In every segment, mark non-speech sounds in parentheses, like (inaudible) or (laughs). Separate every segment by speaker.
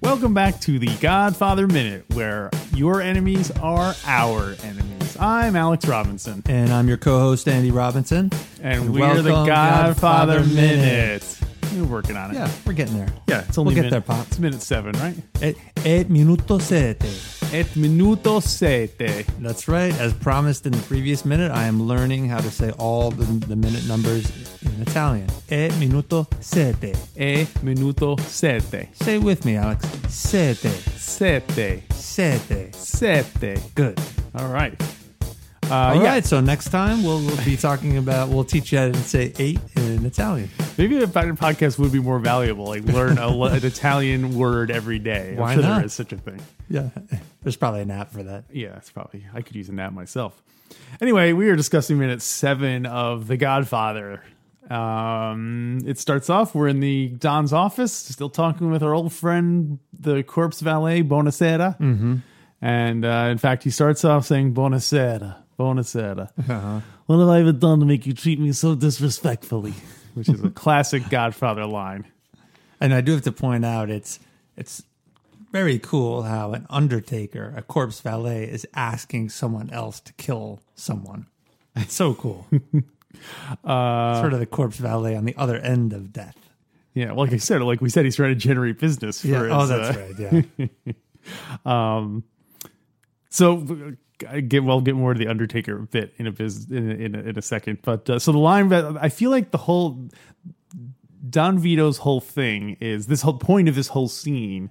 Speaker 1: Welcome back to the Godfather Minute, where your enemies are our enemies. I'm Alex Robinson,
Speaker 2: And I'm your co-host Andy Robinson.
Speaker 1: and we are
Speaker 2: Welcome,
Speaker 1: the Godfather,
Speaker 2: Godfather
Speaker 1: Minute. We're working on it.
Speaker 2: Yeah, we're getting there.
Speaker 1: Yeah, it's only
Speaker 2: We'll get
Speaker 1: minute,
Speaker 2: there, Pop.
Speaker 1: It's minute seven, right?
Speaker 2: Et, et minuto sete.
Speaker 1: Et minuto sete.
Speaker 2: That's right. As promised in the previous minute, I am learning how to say all the, the minute numbers in Italian. Et minuto sete.
Speaker 1: E minuto sete.
Speaker 2: Say it with me, Alex. Sete.
Speaker 1: Sete.
Speaker 2: Sete.
Speaker 1: Sete.
Speaker 2: Good.
Speaker 1: All right. Uh,
Speaker 2: All right.
Speaker 1: yeah,
Speaker 2: So next time we'll, we'll be talking about. We'll teach you how to say eight in Italian.
Speaker 1: maybe the fact- podcast would be more valuable. Like learn a, le- (laughs) an Italian word every day. I'm
Speaker 2: Why
Speaker 1: sure
Speaker 2: not?
Speaker 1: There is such a thing.
Speaker 2: Yeah. There's probably an app for that.
Speaker 1: Yeah, it's probably I could use a nap myself. Anyway, we are discussing minute seven of The Godfather. Um, it starts off. We're in the Don's office, still talking with our old friend, the corpse valet, Bonacera. Mm-hmm. And uh, in fact, he starts off saying Bonacera, Bonacera.
Speaker 2: Uh-huh.
Speaker 1: What have I ever done to make you treat me so disrespectfully? Which is
Speaker 2: (laughs)
Speaker 1: a classic Godfather line.
Speaker 2: And I do have to point out it's it's very cool how an undertaker, a corpse valet, is asking someone else to kill someone. It's so cool. sort of the corpse valet on the other end of death.
Speaker 1: Yeah, like I said, like we said, he's trying to generate business. For
Speaker 2: Yeah.
Speaker 1: his,
Speaker 2: Oh,
Speaker 1: uh,
Speaker 2: that's right. Yeah.
Speaker 1: So I get we'll get more to the Undertaker bit in a biz, in, a- in, a, in a second, but uh, so the line that I feel like the whole Don Vito's whole thing is this whole point of this whole scene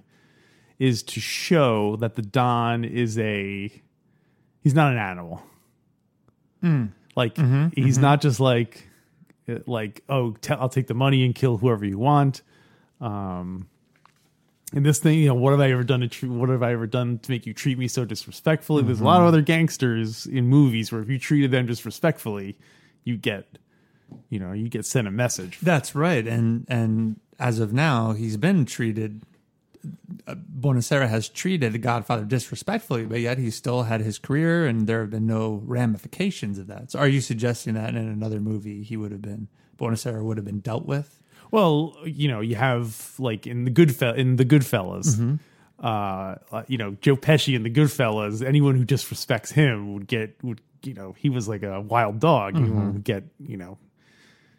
Speaker 1: is to show that the Don is a he's not an animal. Like he's not just like uh, like oh i I'll take the money and kill whoever you want. Um, and this thing, you know, what have I ever done to tre- what have I ever done to make you treat me so disrespectfully? There's a lot of other gangsters in movies where if you treated them disrespectfully, you get, you know, you get sent a message.
Speaker 2: that's right. And and as of now, he's been treated. Uh, Bonacera has treated the Godfather disrespectfully, but yet he still had his career, and there have been no ramifications of that. So, are you suggesting that in another movie he would have been Bonacera would have been dealt with?
Speaker 1: Well, you know, you have like in the Goodfell in the Goodfellas, uh, you know, Joe Pesci in the Goodfellas. Anyone who disrespects him would get would you know he was like a wild dog. You would get you know,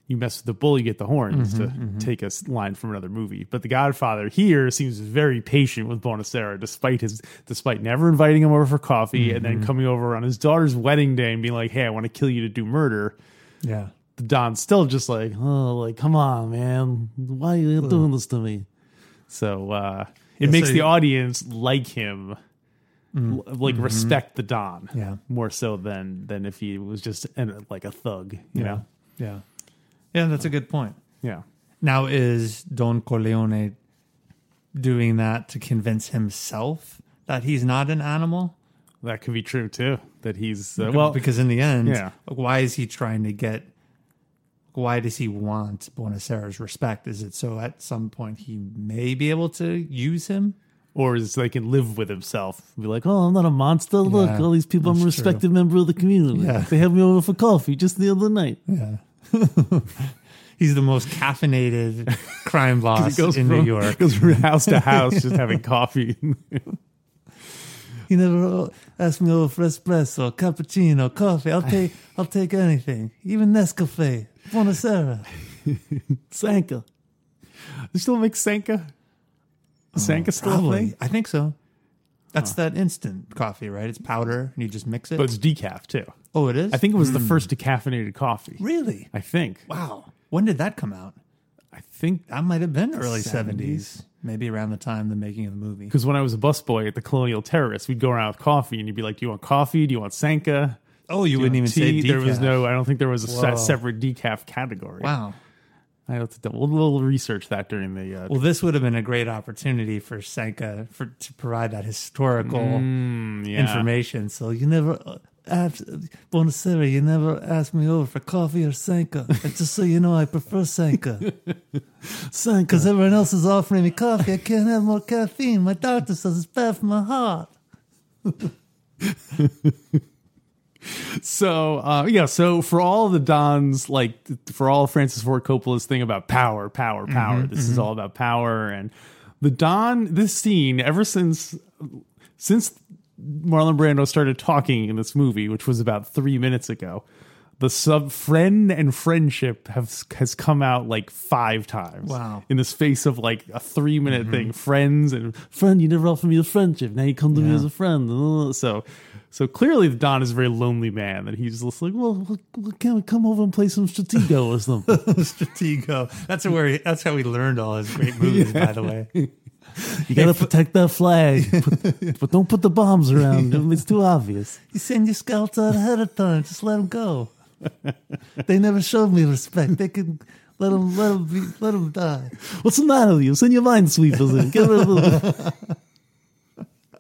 Speaker 1: you mess with the bull, you get the horns. to take a s- line from another movie, but The Godfather here seems very patient with Bonacera, despite his despite never inviting him over for coffee and then coming over on his daughter's wedding day and being like, "Hey, I want to kill you to do murder."
Speaker 2: Yeah,
Speaker 1: Don's still just like, oh, like, come on, man. Why are you doing this to me? So uh, it makes
Speaker 2: so
Speaker 1: the
Speaker 2: you- Mm-hmm.
Speaker 1: audience like him, l- like respect the Don
Speaker 2: Yeah.
Speaker 1: more so than than if he was just an, like a thug, you know?
Speaker 2: yeah, yeah. That's a good point.
Speaker 1: Yeah.
Speaker 2: Now, is Don Corleone doing that to convince himself that he's not an animal?
Speaker 1: That could be true too. That he's, uh, well,
Speaker 2: because in the end,
Speaker 1: yeah.
Speaker 2: why is he trying to get? Why does he want Bonacera's respect? Is it so at some point he may be able to use him?
Speaker 1: or is like can live with himself. Be like, oh, I'm not a monster. Look,
Speaker 2: Yeah,
Speaker 1: all these people, I'm a
Speaker 2: that's true.
Speaker 1: respected member of the community.
Speaker 2: Yeah.
Speaker 1: They had me over for coffee just the other night.
Speaker 2: Yeah, he's the most (laughs) caffeinated crime boss in New (laughs) York.
Speaker 1: Goes from house to house just
Speaker 2: (laughs)
Speaker 1: having coffee.
Speaker 2: You never asked me over for espresso, cappuccino, coffee. I'll (laughs) take, I'll take anything, even Nescafe, Bonacera.
Speaker 1: Sanka. They still make Sanka?
Speaker 2: Oh,
Speaker 1: Sanka still a thing?
Speaker 2: I think so. That's that instant coffee, right? It's powder, and you just mix it.
Speaker 1: But it's decaf too.
Speaker 2: oh, it is.
Speaker 1: I think it was the first decaffeinated coffee.
Speaker 2: really.
Speaker 1: I think.
Speaker 2: Wow, when did that come out?
Speaker 1: I think
Speaker 2: That might have been early
Speaker 1: 70s.
Speaker 2: seventies, maybe around the time the making of the movie.
Speaker 1: because when I was a busboy at the Colonial Terrace, we'd go around with coffee and you'd be like, Do you want coffee? Do you want Sanka?
Speaker 2: Oh,
Speaker 1: Do
Speaker 2: you
Speaker 1: you
Speaker 2: wouldn't
Speaker 1: want
Speaker 2: even say
Speaker 1: tea?" There was
Speaker 2: decaf.
Speaker 1: no, I don't think there was a
Speaker 2: Whoa.
Speaker 1: se- separate decaf category.
Speaker 2: Wow,
Speaker 1: I have to double, we'll, we'll research that during the. Uh,
Speaker 2: Well, this would have been a great opportunity for Senka for to provide that historical
Speaker 1: mm, yeah.
Speaker 2: information. So you never uh, asked, Bonacera, you never asked me over for coffee or Sanka. And just so you know, I prefer (laughs) Sanka. Sanka. Because everyone else is offering me coffee. I can't have more caffeine. My doctor says it's bad for my heart.
Speaker 1: So uh, yeah, so for all the Don's like for all Francis Ford Coppola's thing about power, power, power. this is all about power and the Don. This scene, ever since since Marlon Brando started talking in this movie, which was about three minutes ago, the sub friend and friendship have has come out like five times.
Speaker 2: Wow.
Speaker 1: In the space of like a three minute thing, friends and friend, you never offered me a friendship. Now you come to me
Speaker 2: Yeah.
Speaker 1: as a friend. Uh, So, so clearly, the Don is a very lonely man. That he's just like, well, well, well, can we come over and play some Stratego or something?
Speaker 2: (laughs) Stratego. That's where he, that's how he learned all his great (laughs) movies, by the way.
Speaker 1: You gotta protect that
Speaker 3: (laughs)
Speaker 1: flag, but, but don't put the bombs around. It's too obvious.
Speaker 2: You send your scouts out ahead of time. Just let them go. they never showed me respect. They can let them, let them, be, let them die.
Speaker 1: What's the matter with you? Send your minesweepers in. Get rid of the.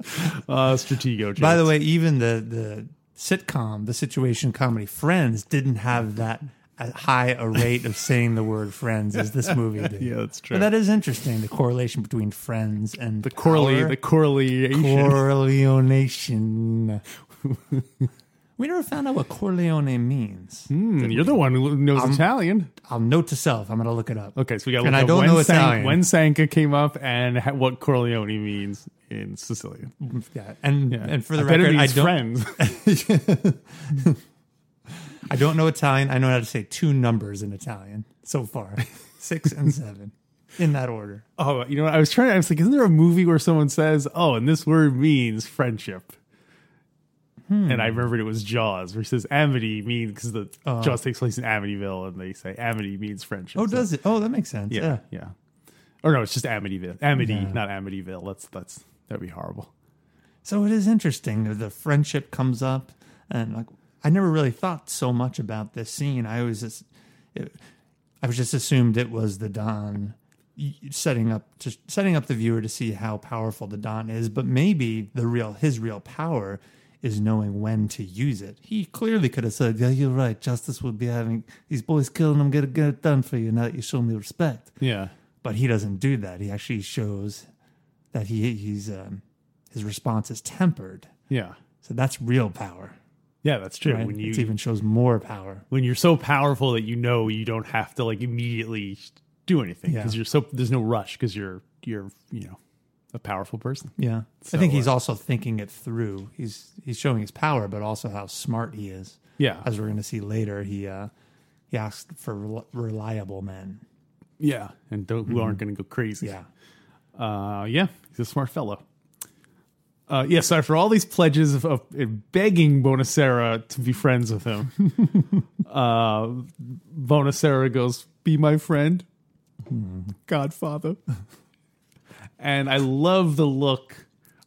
Speaker 1: (laughs) uh, Stratego. Jokes.
Speaker 2: By the way, even the the sitcom, the situation comedy Friends, didn't have that as high a rate of saying the word Friends as this movie did.
Speaker 1: yeah, that's true.
Speaker 2: But that is interesting. The correlation between Friends and
Speaker 1: the Corley, the correlation.
Speaker 2: correlation. (laughs) we never found out what Corleone means.
Speaker 1: Hmm, you're the one who knows Italian.
Speaker 2: I'll note to self. I'm gonna look it up.
Speaker 1: Okay, so we got to
Speaker 2: And
Speaker 1: look
Speaker 2: I
Speaker 1: up
Speaker 2: don't
Speaker 1: when,
Speaker 2: know
Speaker 1: San-
Speaker 2: Italian.
Speaker 1: when Sanka came up and ha- what Corleone means in Sicilian.
Speaker 2: Yeah, and and for the
Speaker 1: I bet it
Speaker 2: record, I
Speaker 1: means
Speaker 2: don't. (laughs)
Speaker 1: friends. (laughs)
Speaker 2: I don't know Italian. I know how to say two numbers in Italian so (laughs) far, six and seven, in that order.
Speaker 1: oh, you know, what? I was trying. I was like, isn't there a movie where someone says, "Oh, and this word means friendship"?
Speaker 2: Hmm.
Speaker 1: And I remembered it was Jaws, where it says Amity means because the Jaws takes place in Amityville, and they say Amity means friendship.
Speaker 2: Uh. Oh,
Speaker 1: So-
Speaker 2: does it? Oh, that makes sense.
Speaker 1: yeah,
Speaker 2: Yeah.
Speaker 1: yeah, Or no, it's just Amityville. Amity, not Amityville. That's that's that'd be horrible.
Speaker 2: So it is interesting. that The friendship comes up, and like I never really thought so much about this scene. I always just, it, I was just assumed it was the Don y- setting up to setting up the viewer to see how powerful the Don is. But maybe the real his real power is knowing when to use it. He clearly could have said, "Yeah, you're right. Justice would be having these boys killing them. Get it, get it done for you. Now that you show me respect."
Speaker 1: Yeah.
Speaker 2: but he doesn't do that. He actually shows that he he's um, his response is tempered.
Speaker 1: Yeah.
Speaker 2: So that's real power.
Speaker 1: Yeah, that's true.
Speaker 2: Right?
Speaker 1: When you
Speaker 2: it even shows more power.
Speaker 1: when you're so powerful that you know you don't have to like immediately do anything
Speaker 2: Yeah.
Speaker 1: because you're so there's no rush because you're you're you know a powerful person.
Speaker 2: Yeah, I think
Speaker 1: uh,
Speaker 2: he's also thinking it through. He's he's showing his power, but also how smart he is.
Speaker 1: Yeah,
Speaker 2: As we're going to see later, he uh, he asked for rel- reliable men.
Speaker 1: yeah, and don't, who aren't going to go crazy.
Speaker 2: Yeah,
Speaker 1: uh, yeah, he's a smart fellow. Uh, yeah, so after all these pledges of, of begging Bonacera to be friends with him, (laughs) uh, Bonacera goes, "Be my friend, Godfather." and I love the look.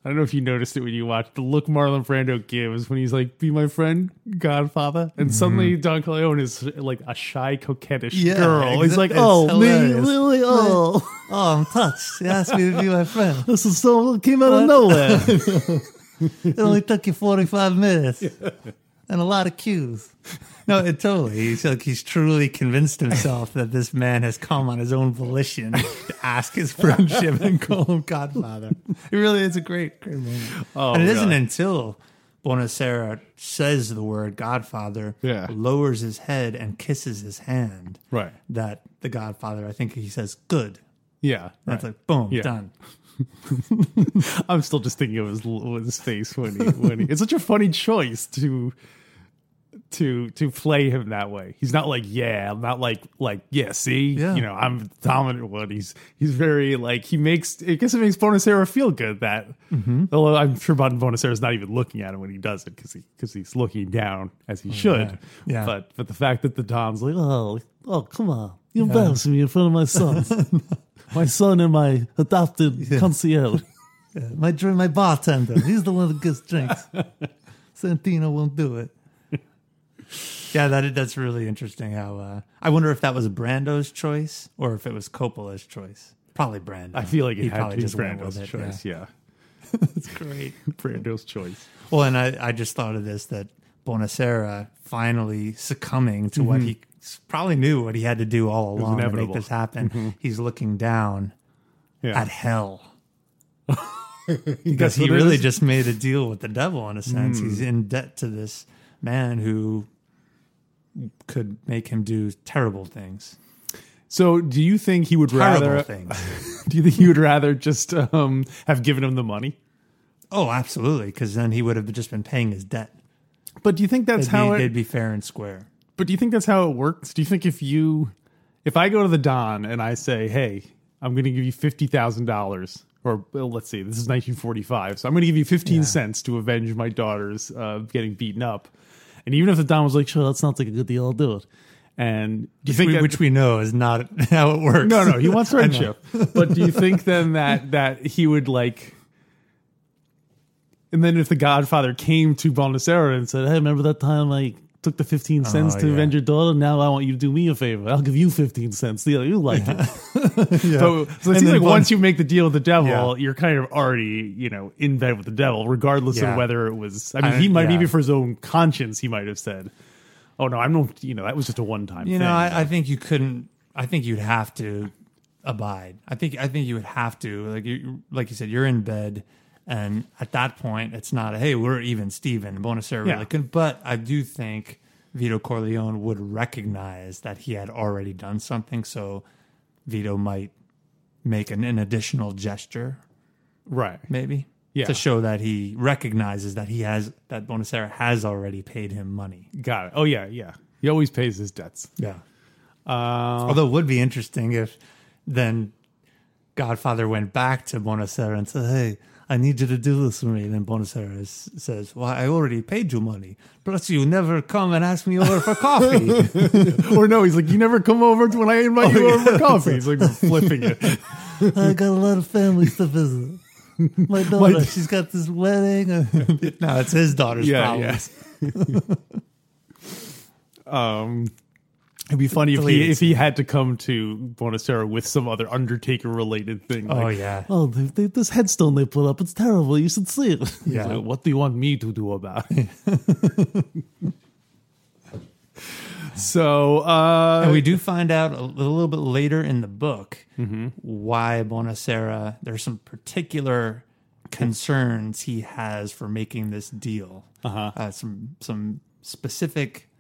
Speaker 1: I don't know if you noticed it when you watched the look Marlon Brando gives when he's like, "Be my friend, Godfather," and
Speaker 2: Mm-hmm.
Speaker 1: suddenly Don Corleone is like a shy, coquettish
Speaker 2: Yeah,
Speaker 1: girl. He's
Speaker 2: exa-
Speaker 1: like,
Speaker 2: it's
Speaker 1: "Oh, me,
Speaker 2: hilarious.
Speaker 1: really, oh."
Speaker 2: Oh, I'm touched. He asked me to be my friend.
Speaker 1: This is so came out of nowhere.
Speaker 2: It only took you 45 minutes and a lot of cues. No, it totally. He's like he's truly convinced himself that this man has come on his own volition to ask his friendship and call him Godfather. It really is a great, great moment.
Speaker 1: Oh,
Speaker 2: and it not
Speaker 1: really?
Speaker 2: until Bonacera says the word Godfather,
Speaker 1: Yeah.
Speaker 2: lowers his head and kisses his hand,
Speaker 1: Right.
Speaker 2: that the Godfather, I think he says, good.
Speaker 1: Yeah.
Speaker 2: That's like boom,
Speaker 1: Yeah.
Speaker 2: done.
Speaker 1: I'm still just thinking of his, l- his face when he, when he. It's such a funny choice to to to play him that way. He's not like yeah, I'm not like like yeah. See,
Speaker 2: Yeah.
Speaker 1: you know, I'm the dominant one. He's he's very like he makes. I guess it makes Bonacera feel good that.
Speaker 2: Mm-hmm.
Speaker 1: Although I'm sure Bon Bonacera's not even looking at him when he does it because he because he's looking down as he should.
Speaker 2: Oh, yeah. Yeah.
Speaker 1: But but the fact that the Dom's like oh
Speaker 3: Oh, come on. You're embarrassing me in front of my sons. (laughs) my son and my adopted concierge.
Speaker 2: My drink,
Speaker 1: (laughs)
Speaker 2: my bartender. He's the one that gets drinks. Santino won't do it. yeah, that that's really interesting. How uh, I wonder if that was Brando's choice or if it was Coppola's choice. Probably Brando.
Speaker 1: I feel like it
Speaker 2: He
Speaker 1: had
Speaker 2: probably
Speaker 1: to be
Speaker 2: just went
Speaker 1: Brando's
Speaker 2: with it,
Speaker 1: choice. Yeah.
Speaker 2: (laughs) That's great.
Speaker 1: (laughs) Brando's choice.
Speaker 2: Well, and I, I just thought of this that Bonacera finally succumbing to what he s- probably knew what he had to do all along to make
Speaker 1: Mm-hmm. inevitable. Mm-hmm.
Speaker 2: this happen. He's looking down
Speaker 1: Yeah.
Speaker 2: at hell. because he really just made a deal with the devil in a sense. He's
Speaker 1: Hmm.
Speaker 2: in debt to this man who could make him do terrible things.
Speaker 1: So, do you think he would
Speaker 2: Terrible
Speaker 1: rather?
Speaker 2: things.
Speaker 1: (laughs) Do you think he would rather just um, have given him the money?
Speaker 2: Oh, absolutely. Because then he would have just been paying his debt.
Speaker 1: But do you think that's
Speaker 2: They'd,
Speaker 1: how
Speaker 2: be,
Speaker 1: it?
Speaker 2: they'd be fair and square.
Speaker 1: But do you think that's how it works? Do you think if you, if I go to the Don and I say, "Hey, I'm going to give you fifty thousand dollars," or well, let's see, this is 1945, so I'm going to give you fifteen cents to avenge my daughter's uh, getting beaten up, and even if the Don was like, "Sure, that sounds like a good deal, I'll do it," and do you think
Speaker 2: We-
Speaker 1: that-
Speaker 2: which we know is not (laughs) how it works.
Speaker 1: No, no, he wants (laughs) friendship. but do you think then that that he would like? And then if the Godfather came to Bonacera and said,
Speaker 3: Said, hey, remember that time I took the 15 cents
Speaker 2: Oh,
Speaker 3: to
Speaker 2: yeah.
Speaker 3: avenge your daughter? Now I want you to do me a favor. I'll give you 15 cents. You, you like it.
Speaker 1: so, so it
Speaker 2: And
Speaker 1: seems
Speaker 2: then
Speaker 1: like
Speaker 2: Bon-
Speaker 1: once you make the deal with the devil,
Speaker 2: Yeah.
Speaker 1: you're kind of already you know in bed with the devil, regardless
Speaker 2: Yeah.
Speaker 1: of whether it was. I mean,
Speaker 2: I-
Speaker 1: he might
Speaker 2: yeah.
Speaker 1: even for his own conscience, he might have said, "Oh no, I'm not." You know, that was just a one time.
Speaker 2: You
Speaker 1: thing.
Speaker 2: know, I, I think you couldn't. I think you'd have to abide. I think I think you would have to. Like you, like you said, you're in bed, and at that point, it's not. Hey, we're even, Steven. Bonacera
Speaker 1: Yeah.
Speaker 2: really couldn't. But I do think Vito Corleone would recognize that he had already done something. So Vito might make an, an additional gesture,
Speaker 1: right?
Speaker 2: maybe.
Speaker 1: Yeah.
Speaker 2: To show that he recognizes that he has that Bonacera has already paid him money.
Speaker 1: Got it. Oh yeah, yeah. He always pays his debts.
Speaker 2: Yeah.
Speaker 1: Uh,
Speaker 2: Although it would be interesting if then Godfather went back to Bonacera and said, Hey, I need you to do this for me. And then Bonacera s- says, Well, I already paid you money. Plus, you never come and ask me over
Speaker 1: (laughs)
Speaker 2: for coffee.
Speaker 1: or no, he's like, you never come over to when I invite you over for coffee. He's (laughs) like flipping it.
Speaker 3: (laughs) I got a lot of families to visit. (laughs) My daughter, she's got this wedding. (laughs)
Speaker 2: no, it's his daughter's
Speaker 1: Yeah,
Speaker 2: problem.
Speaker 1: yeah. (laughs) um, it'd be funny if
Speaker 2: Deleted
Speaker 1: he if he had to come to Bonacera with some other Undertaker related thing.
Speaker 2: Oh,
Speaker 1: like,
Speaker 2: yeah.
Speaker 3: Oh, they, they, this headstone they put up, it's terrible. You should see it. He's
Speaker 2: Yeah.
Speaker 3: like,
Speaker 1: What do you want me to do about (laughs) it? so, uh,
Speaker 2: And we do find out a little bit later in the book why Bonacera, there's some particular concerns he has for making this deal. Uh-huh. some some specific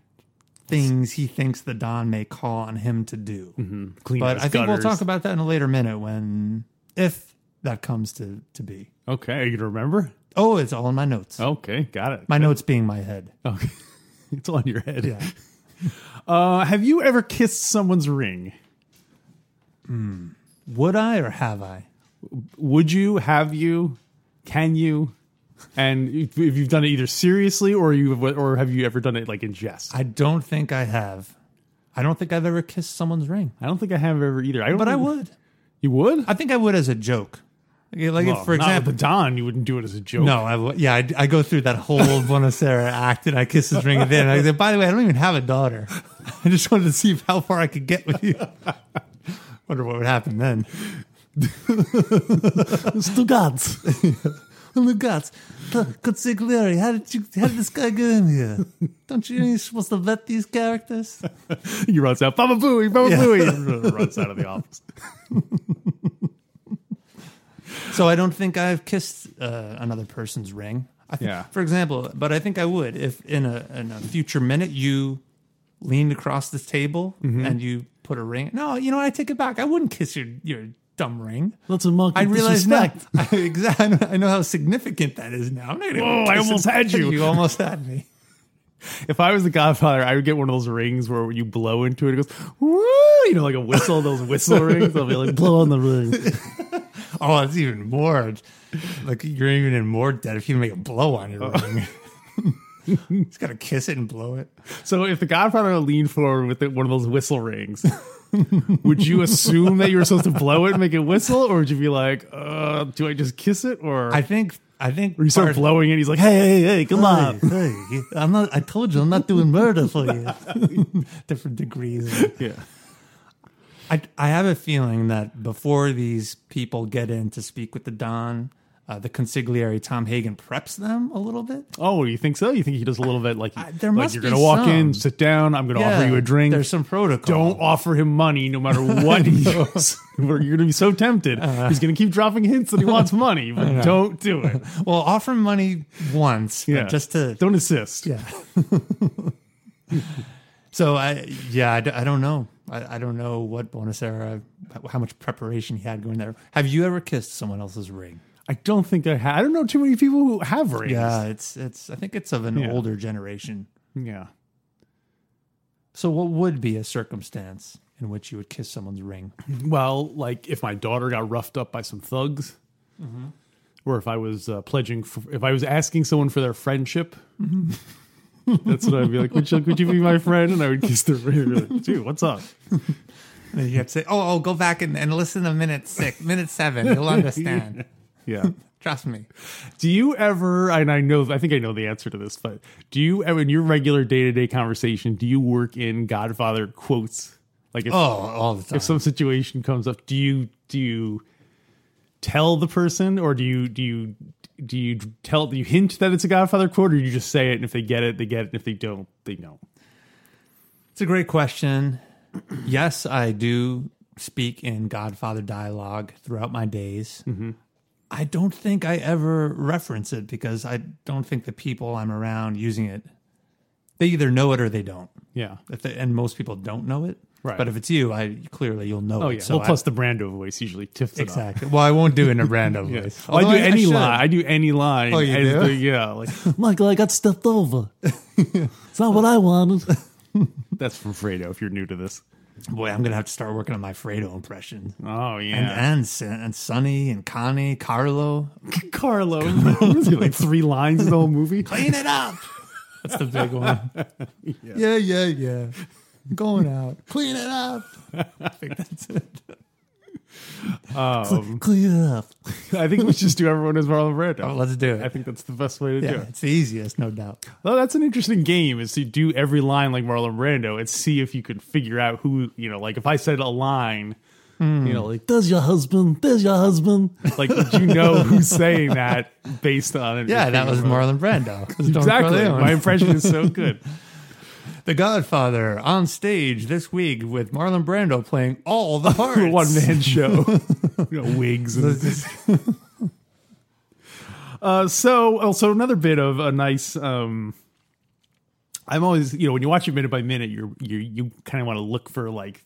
Speaker 2: things he thinks the Don may call on him to do.
Speaker 1: clean
Speaker 2: But I
Speaker 1: his
Speaker 2: think we'll
Speaker 1: gutters.
Speaker 2: talk about that in a later minute when, if that comes to, to be.
Speaker 1: Okay, are you gonna remember?
Speaker 2: Oh, it's all in my notes.
Speaker 1: Okay, got it.
Speaker 2: My notes being my head.
Speaker 1: okay, (laughs) it's on your head.
Speaker 2: Yeah.
Speaker 1: (laughs) Uh, have you ever kissed someone's ring?
Speaker 2: Would I or have I?
Speaker 1: would you have you can you and if if you've done it either seriously or you or have you ever done it like in jest
Speaker 2: I don't think I have. I don't think I've ever kissed someone's ring.
Speaker 1: i don't think i have ever either I don't
Speaker 2: But I
Speaker 1: think-
Speaker 2: would.
Speaker 1: you would
Speaker 2: I think I would as a joke. Like, like if,
Speaker 1: Well,
Speaker 2: for
Speaker 1: not
Speaker 2: example,
Speaker 1: with the don you wouldn't do it as a joke (laughs)
Speaker 2: no, I would. Yeah, I, I go through that whole Buenos Aires act, and I kiss his ring. And then I say, "By the way, I don't even have a daughter. I just wanted to see if- how far I could get with you." (laughs) Wonder what would happen then.
Speaker 3: (laughs) it's two gods.
Speaker 2: Oh my God, Consigliere, how did you? How did this guy get in here? Don't you? You're supposed to vet these characters.
Speaker 1: he runs out baba booey baba
Speaker 2: Yeah.
Speaker 1: booey
Speaker 2: (laughs)
Speaker 1: (laughs) and runs out of the office
Speaker 2: So I don't think I've kissed uh, another person's ring. I think,
Speaker 1: Yeah.
Speaker 2: For example, but I think I would if in a in a future minute you leaned across the table and you put a ring. No, you know what? I take it back. I wouldn't kiss your your dumb ring.
Speaker 3: That's a monkey.
Speaker 2: I realize now. (laughs)
Speaker 3: disrespect. (laughs)
Speaker 2: I, exactly. I know how significant that is now. I'm not gonna
Speaker 1: Whoa, I
Speaker 2: kiss
Speaker 1: almost
Speaker 2: him.
Speaker 1: had you.
Speaker 2: (laughs) You almost had me.
Speaker 1: if i was the godfather i would get one of those rings where you blow into it it goes Woo! you know like a whistle those
Speaker 2: (laughs)
Speaker 1: whistle rings i'll be like
Speaker 3: Blow on the ring.
Speaker 2: Oh, it's even more. Like you're even in more debt if you make a blow on your ring. (laughs) Just gotta kiss it and blow it.
Speaker 1: so if the godfather leaned forward with one of those whistle rings (laughs) would you assume that you were supposed to blow it and make it whistle, or would you be like, uh, do I just kiss it, or
Speaker 2: I think I think
Speaker 1: or you start
Speaker 2: part-
Speaker 1: blowing it? He's like,
Speaker 3: Hey, hey, hey, come on.
Speaker 2: Hey, hey, I'm not. I told you I'm not doing murder for
Speaker 1: (laughs)
Speaker 2: you. Different degrees.
Speaker 1: yeah,
Speaker 2: I I have a feeling that before these people get in to speak with the Don, uh, the consigliere Tom Hagen preps them a little bit.
Speaker 1: oh, you think so? You think he does a little bit like,
Speaker 2: I- there
Speaker 1: like
Speaker 2: must
Speaker 1: you're
Speaker 2: be
Speaker 1: gonna walk in,
Speaker 2: some.
Speaker 1: sit down, I'm gonna offer you a drink.
Speaker 2: There's some protocol.
Speaker 1: don't offer him money no
Speaker 2: (laughs)
Speaker 1: matter what he does. (laughs) You're gonna be so tempted.
Speaker 2: Uh-huh.
Speaker 1: He's gonna keep dropping hints that he wants money, but don't do it.
Speaker 2: Well, offer him money once, yeah.
Speaker 1: Yeah,
Speaker 2: just to
Speaker 1: don't insist.
Speaker 2: yeah. so I yeah I, d- I don't know I, I don't know what Bonacera how much preparation he had going there. Have you ever kissed someone else's ring?
Speaker 1: I don't think I ha- I don't know too many people who have rings.
Speaker 2: Yeah, it's it's I think it's of an
Speaker 1: Yeah.
Speaker 2: older generation.
Speaker 1: yeah.
Speaker 2: So what would be a circumstance in which you would kiss someone's ring?
Speaker 1: Well, like if my daughter got roughed up by some thugs, or if I was uh, pledging, f if I was asking someone for their friendship, that's what I'd be like. Would you, would you be my friend? And I would kiss their ring. Like, Dude, what's up?
Speaker 2: And then (laughs) you have to say, "Oh, oh, go back and, and listen to minute six, minute seven. (laughs) You'll understand.
Speaker 1: Yeah.
Speaker 2: Trust me."
Speaker 1: Do you ever, and I know, I think I know the answer to this, but do you ever, in your regular day to day conversation, do you work in Godfather quotes? Like if,
Speaker 2: Oh, all the time.
Speaker 1: if some situation comes up, do you, do you tell the person or do you, do you, do you tell, do you hint that it's a Godfather quote or you just say it and if they get it, they get it. And if they don't, they don't.
Speaker 2: It's a great question. (clears throat) yes, I do speak in Godfather dialogue throughout my days. I don't think I ever reference it because I don't think the people I'm around using it, they either know it or they don't.
Speaker 1: Yeah.
Speaker 2: If they, and most people don't know it.
Speaker 1: Right.
Speaker 2: But if it's you, I clearly you'll know
Speaker 1: Oh
Speaker 2: it.
Speaker 1: yeah.
Speaker 2: So
Speaker 1: well,
Speaker 2: I-
Speaker 1: plus the Brando voice usually tips it up.
Speaker 2: Exactly. Well, I won't do it in a (laughs) random
Speaker 1: Yeah.
Speaker 2: voice.
Speaker 1: Well, I do
Speaker 2: Although
Speaker 1: any
Speaker 2: should.
Speaker 1: line. I do any line.
Speaker 2: Oh, you
Speaker 1: as
Speaker 2: do?
Speaker 1: the- yeah. Like
Speaker 3: Michael, I got stepped
Speaker 2: (laughs)
Speaker 3: over. It's not what I wanted.
Speaker 1: that's from Fredo. If you're new to this.
Speaker 2: Boy, I'm gonna have to start working on my Fredo impression.
Speaker 1: Oh yeah.
Speaker 2: And and Sin- and Sonny and Connie, Carlo,
Speaker 1: (laughs) Carlo. Was he, like three lines in the whole movie.
Speaker 2: clean it up. That's the big one. (laughs) yeah, yeah, yeah. Going out, (laughs) clean it up. I think that's (laughs) it.
Speaker 1: Um,
Speaker 3: Clean it up.
Speaker 1: I think we should just do everyone as Marlon Brando.
Speaker 2: (laughs) Oh, let's do
Speaker 1: I
Speaker 2: it.
Speaker 1: think that's the best way to do
Speaker 2: Yeah,
Speaker 1: it.
Speaker 2: it's the easiest, no doubt.
Speaker 1: Well, that's an interesting game is to do every line like Marlon Brando and see if you can figure out who, you know, like if I said a line,
Speaker 2: Hmm.
Speaker 1: you know, like,
Speaker 3: There's your husband. There's your husband.
Speaker 1: like would you
Speaker 2: (laughs)
Speaker 1: know who's saying that based on it?
Speaker 2: Yeah, that was
Speaker 1: (laughs)
Speaker 2: Marlon Brando. It was Don
Speaker 1: Exactly.
Speaker 2: Corleone.
Speaker 1: My impression is so
Speaker 2: (laughs)
Speaker 1: good.
Speaker 2: the Godfather on stage this week with Marlon Brando playing all the
Speaker 1: (laughs)
Speaker 2: parts.
Speaker 1: One man
Speaker 2: (laughs)
Speaker 1: show. You know, wigs and (laughs) Uh, so also another bit of a nice. Um, I'm always, you know, when you watch it minute by minute, you're you you kind of want to look for like.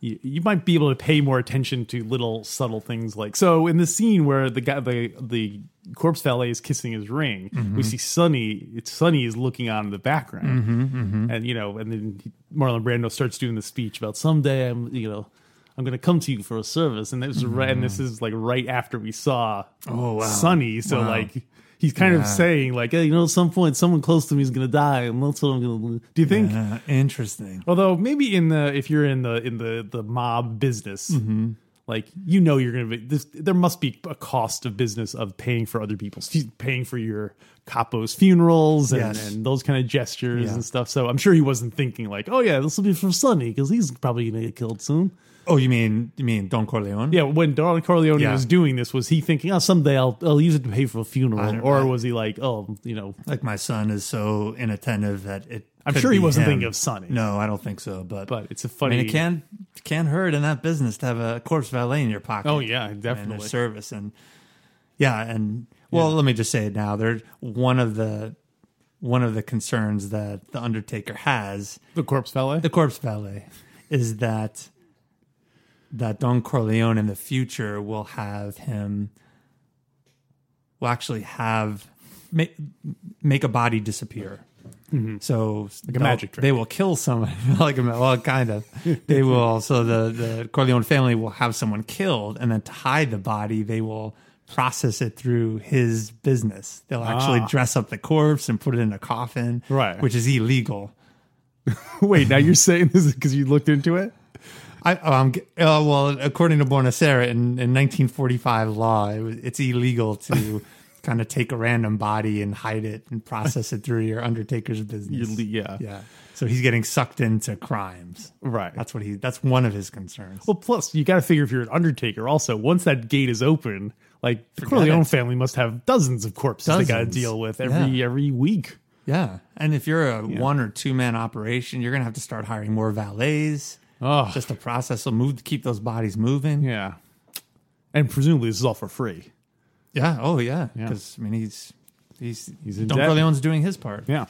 Speaker 1: You, you might be able to pay more attention to little subtle things like so in the scene where the guy the the corpse valet is kissing his ring
Speaker 2: Mm-hmm.
Speaker 1: we see Sonny it's Sonny is looking on in the background
Speaker 2: mm-hmm.
Speaker 1: and you know and then he- Marlon Brando starts doing the speech about someday I'm you know I'm gonna come to you for a service and this is right and this is like right after we saw
Speaker 2: Mm. Oh, wow.
Speaker 1: Sonny so like he's kind of saying like
Speaker 3: Yeah, you know, at some point, someone close to me is going to die, and that's what I'm going to
Speaker 1: do you think
Speaker 2: Uh, interesting.
Speaker 1: Although maybe in the if you're in the in the the mob business,
Speaker 2: Mm-hmm.
Speaker 1: like you know you're gonna be this. There must be a cost of business of paying for other people's paying for your capo's funerals and,
Speaker 2: Yes.
Speaker 1: and those kind of gestures
Speaker 2: Yeah.
Speaker 1: and stuff. So I'm sure he wasn't thinking like, oh yeah, this will be for Sonny because he's probably gonna get killed soon.
Speaker 2: Oh, you mean you mean Don Corleone?
Speaker 1: Yeah, when Don Corleone
Speaker 2: Yeah.
Speaker 1: was doing this, was he thinking, oh someday I'll I'll use it to pay for a
Speaker 2: I
Speaker 1: funeral,
Speaker 2: don't
Speaker 1: or
Speaker 2: know.
Speaker 1: was he like, oh you know,
Speaker 2: Like my son is so inattentive that it.
Speaker 1: I'm
Speaker 2: could
Speaker 1: sure he
Speaker 2: be
Speaker 1: wasn't
Speaker 2: him.
Speaker 1: thinking of Sonny.
Speaker 2: No, I don't think so. But
Speaker 1: but it's a
Speaker 2: I
Speaker 1: funny.
Speaker 2: mean, it can can hurt in that business to have a corpse valet in your pocket.
Speaker 1: Oh yeah,
Speaker 2: and their
Speaker 1: definitely.
Speaker 2: service and yeah, and well, let me just say it now. There's one of the one of the concerns that the Undertaker has
Speaker 1: The corpse (laughs) valet.
Speaker 2: the corpse ballet is that that Don Corleone in the future will have him will actually have make make a body disappear. So like
Speaker 1: Mm-hmm. a magic trick.
Speaker 2: they will kill someone. (laughs) like a, ma- well, kind of.
Speaker 1: (laughs)
Speaker 2: they will. So the the Corleone family will have someone killed, and then to hide the body, they will process it through his business. They'll actually dress up the corpse and put it in a coffin,
Speaker 1: Ah. Right.
Speaker 2: Which is illegal. (laughs)
Speaker 1: Wait, now you're saying this because you looked into it?
Speaker 2: I, oh, I'm, ge- oh, well, according to Buonasera, in, in 1945 law, it was, it's
Speaker 1: (laughs)
Speaker 2: illegal to kind of take a random body and hide it and process it through your undertaker's business.
Speaker 1: Your le- yeah.
Speaker 2: yeah. So he's getting sucked into crimes.
Speaker 1: Right.
Speaker 2: That's what he. That's one of his concerns.
Speaker 1: Well, plus you got to figure if you're an undertaker. Also, once that gate is open, like the Corleone
Speaker 2: it.
Speaker 1: family must have dozens of corpses they got to
Speaker 2: Dozens.
Speaker 1: deal with every
Speaker 2: Yeah.
Speaker 1: every week.
Speaker 2: yeah. And if you're a one or two man operation, you're gonna have to start hiring more valets.
Speaker 1: Oh.
Speaker 2: Just to process them, move to keep those bodies moving.
Speaker 1: Yeah, and presumably this is all for free.
Speaker 2: Yeah. Oh, yeah. Because I mean, he's he's he's
Speaker 1: in
Speaker 2: Don
Speaker 1: debt.
Speaker 2: Corleone's doing his part.
Speaker 1: Yeah.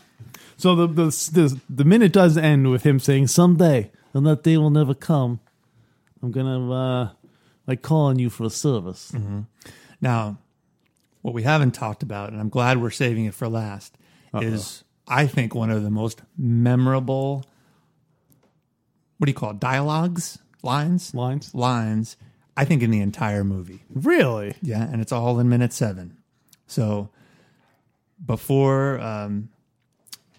Speaker 1: So the the the, the minute does end with him saying
Speaker 3: Someday, and that day will never come, I'm gonna uh, like call on you for a service.
Speaker 2: Mm-hmm. Now, what we haven't talked about, and I'm glad we're saving it for last, is I think one of the most memorable. What do you call it? Dialogues, lines,
Speaker 1: lines.
Speaker 2: lines. I think in the entire movie.
Speaker 1: Really?
Speaker 2: Yeah, and it's all in minute seven. So before um,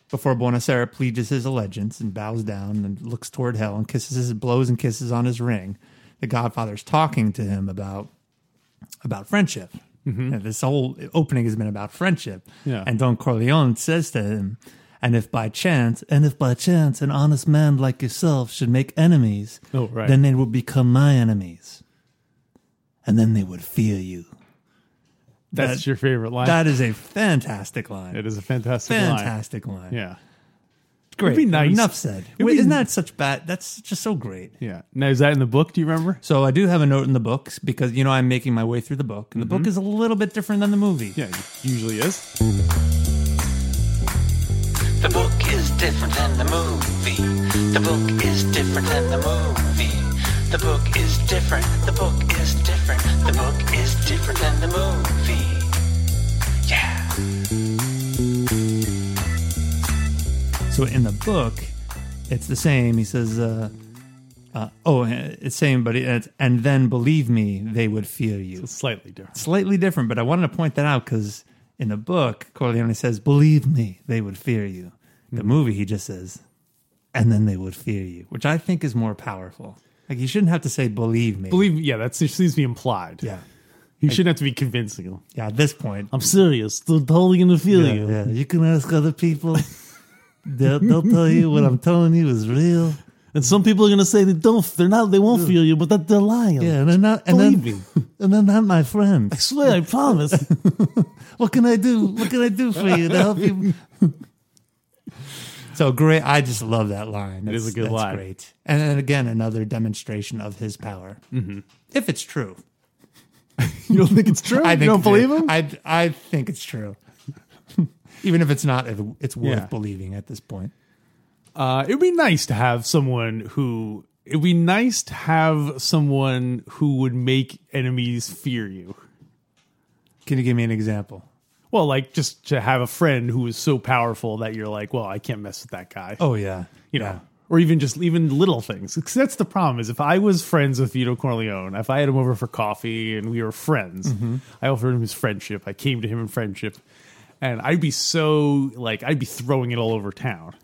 Speaker 2: before Buonasera pledges his allegiance and bows down and looks toward hell and kisses his blows and kisses on his ring, the Godfather's talking to him about about friendship. And this whole opening has been about friendship.
Speaker 1: Mm-hmm. Yeah.
Speaker 2: And Don Corleone says to him, and if by chance, and if by chance an honest man like yourself should make enemies,
Speaker 1: Oh, right.
Speaker 2: then they would become my enemies. And then they would fear you.
Speaker 1: That's
Speaker 2: That-
Speaker 1: your favorite line.
Speaker 2: That is a fantastic line.
Speaker 1: it is a fantastic, line.
Speaker 2: fantastic line.
Speaker 1: Yeah.
Speaker 2: Great.
Speaker 1: It'd be nice.
Speaker 2: Enough said.
Speaker 1: It'd
Speaker 2: Wait,
Speaker 1: be-
Speaker 2: isn't that such bad? That's just so great.
Speaker 1: Yeah. Now is that in the book? Do you remember?
Speaker 2: So I do have a note in the books because you know I'm making my way through the book, and the book is a little bit different than the movie.
Speaker 1: Mm-hmm. Yeah, it usually is.
Speaker 4: The book is different than the movie. The book is different than the movie. The book is different. The book is different. The book is different than the movie. Yeah.
Speaker 2: So in the book, it's the same. He says, uh, uh, "Oh, it's same, but it's, and then believe me, they would fear you."
Speaker 1: Slightly different.
Speaker 2: slightly different, but I wanted to point that out because in the book, Corleone says, "Believe me, they would fear you." The
Speaker 3: Hmm.
Speaker 2: movie, he just says, "And then they would fear you," which I think is more powerful. Like you shouldn't have to say, "Believe me."
Speaker 1: Believe yeah, that seems to be implied.
Speaker 2: yeah,
Speaker 1: You shouldn't have to be convincing.
Speaker 2: yeah. At this point,
Speaker 3: I'm serious. They're totally gonna feel
Speaker 2: yeah,
Speaker 3: you.
Speaker 2: yeah, you can ask other
Speaker 3: (laughs)
Speaker 2: people.
Speaker 3: They'll, they'll tell you what I'm telling you is real. And some people are gonna say they don't. They're not. They won't feel you, but that they're lying.
Speaker 2: Yeah, and they're not. And
Speaker 3: Oh, Believe
Speaker 2: then, (laughs) and they're not my friend.
Speaker 3: I swear,
Speaker 2: (laughs)
Speaker 3: I promise.
Speaker 2: What can I do? What can I do for you to help you? (laughs) so great. I just love that line. That's,
Speaker 1: is a good
Speaker 2: that's
Speaker 1: line.
Speaker 2: Great. And then again, another demonstration of his power.
Speaker 1: Mm-hmm.
Speaker 2: If it's true,
Speaker 1: (laughs) You don't think it's (laughs) true?
Speaker 2: I think
Speaker 1: you don't
Speaker 2: it's true.
Speaker 1: believe him?
Speaker 2: I, I think it's true. (laughs) Even if it's not, it- it's worth
Speaker 1: Yeah.
Speaker 2: believing at this point.
Speaker 1: Uh, it'd be nice to have someone who. It'd be nice to have someone who would make enemies fear you.
Speaker 2: Can you give me an example?
Speaker 1: Well, like just to have a friend who is so powerful that you're like, well, I can't mess with that guy.
Speaker 2: Oh yeah,
Speaker 1: you know, or even just even little things. 'Cause that's the problem is if I was friends with Vito Corleone, if I had him over for coffee and we were friends,
Speaker 2: Mm-hmm.
Speaker 1: I offered him his friendship. I came to him in friendship, and I'd be so like I'd be throwing it all over
Speaker 2: (laughs)
Speaker 1: town.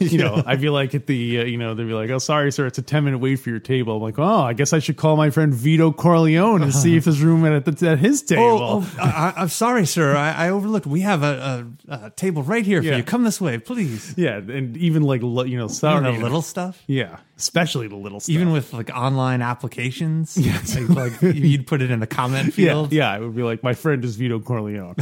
Speaker 1: You know, I'd be like at the uh, you know they'd be like, oh sorry sir, it's a ten minute wait for your table. I'm like, oh I guess I should call my friend Vito Corleone and see if his roommate at, the, at his table.
Speaker 2: Uh-huh. Oh, oh, I, I'm sorry, sir. I, I overlooked. We have a, a, a table right here for
Speaker 1: Yeah.
Speaker 2: you. Come this way, please.
Speaker 1: Yeah, and even like lo- you know sorry
Speaker 2: Even the
Speaker 1: you know.
Speaker 2: little stuff.
Speaker 1: yeah, especially the little stuff.
Speaker 2: even with like online applications like, like
Speaker 1: (laughs)
Speaker 2: you'd put it in the comment
Speaker 1: Yeah,
Speaker 2: field
Speaker 1: yeah, it would be like my friend is Vito Corleone.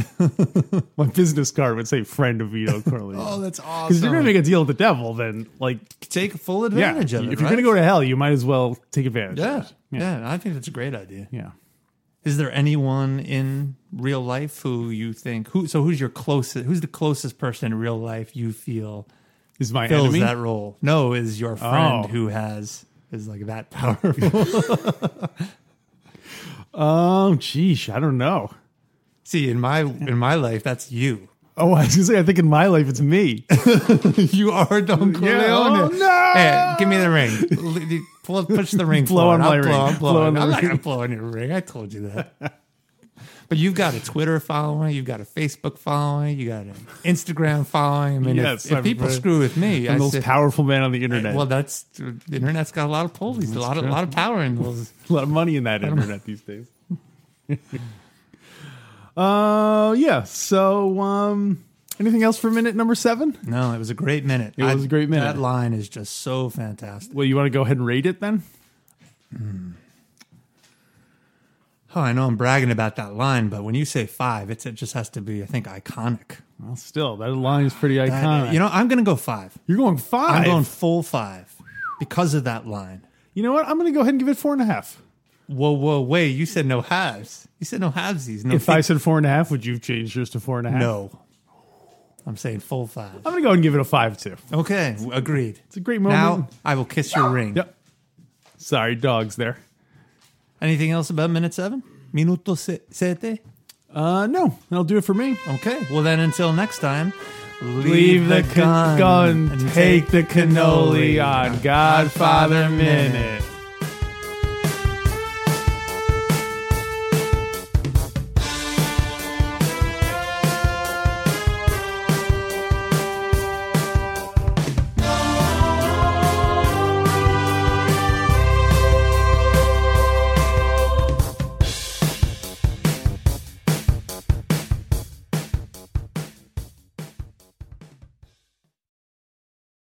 Speaker 1: (laughs) my business card would say friend of Vito (laughs) Corleone.
Speaker 2: that's
Speaker 1: because if you're gonna
Speaker 2: awesome
Speaker 1: make a deal with the devil, then like,
Speaker 2: take full
Speaker 1: yeah,
Speaker 2: advantage
Speaker 1: if
Speaker 2: of it
Speaker 1: you're gonna
Speaker 2: right?
Speaker 1: go to hell, you might as well take advantage. of
Speaker 2: yeah.
Speaker 1: it.
Speaker 2: yeah i think that's a great idea
Speaker 1: yeah.
Speaker 2: is there anyone in real life who you think who so who's your closest who's the closest person in real life you feel
Speaker 1: Is my
Speaker 2: fills
Speaker 1: enemy?
Speaker 2: that role no is your friend
Speaker 1: Oh.
Speaker 2: who has is like that powerful (laughs)
Speaker 1: oh, geez, I don't know.
Speaker 2: see in my in my life that's you
Speaker 1: Oh, (laughs) I was gonna say, I think in my life it's me.
Speaker 2: you are Don Corleone.
Speaker 1: oh, no!
Speaker 2: Hey, give me the ring. L- Pull, push the ring.
Speaker 1: Blow
Speaker 2: forward.
Speaker 1: on
Speaker 2: I'll
Speaker 1: my ring. Blow on
Speaker 2: Blow, i I'm
Speaker 1: the
Speaker 2: not
Speaker 1: ring.
Speaker 2: gonna blow on your ring. I told you that. But you've got a Twitter following, you've got a Facebook following, you got an Instagram following. I mean, if-
Speaker 1: Yes,
Speaker 2: if,
Speaker 1: I'm
Speaker 2: people
Speaker 1: right.
Speaker 2: screw with me,
Speaker 1: I'm
Speaker 2: I
Speaker 1: the most
Speaker 2: say,
Speaker 1: powerful man on the internet.
Speaker 2: well, that's the internet's got a lot of pulleys, a lot of, lot of power in those.
Speaker 1: a lot of money in that internet these days. (laughs) uh, yeah. So, um, anything else for minute number seven?
Speaker 2: No, it was a great minute. It
Speaker 1: was a great minute.
Speaker 2: That line is just so fantastic.
Speaker 1: Well, you want to go ahead and rate it then?
Speaker 2: Oh, I know I'm bragging about that line, but when you say five, it's, it just has to be, I think, iconic.
Speaker 1: Well, still, (sighs) that line is pretty
Speaker 2: That-
Speaker 1: iconic.
Speaker 2: you know, I'm going to go five.
Speaker 1: you're going 5
Speaker 2: I'm going full five because of that line.
Speaker 1: you know what? I'm going to go ahead and give it four and a half.
Speaker 2: Whoa, whoa, wait! You said no halves. You said no halvesies. No,
Speaker 1: If I said four and a half, would you have changed yours to four and a half?
Speaker 2: no, I'm saying full five.
Speaker 1: I'm going to go and give it a five too.
Speaker 2: Okay, w- agreed. It's
Speaker 1: a great moment.
Speaker 2: Now I will kiss your ring.
Speaker 1: Yep. Sorry, dogs there.
Speaker 2: Anything else about minute seven? Minuto se- sete.
Speaker 1: Uh, no, that'll do it for me.
Speaker 2: Okay. Well, then until next time, leave,
Speaker 1: Leave the, con- gun,
Speaker 2: and
Speaker 1: take the cannoli on Godfather
Speaker 2: Godfather Minute.
Speaker 1: Minute.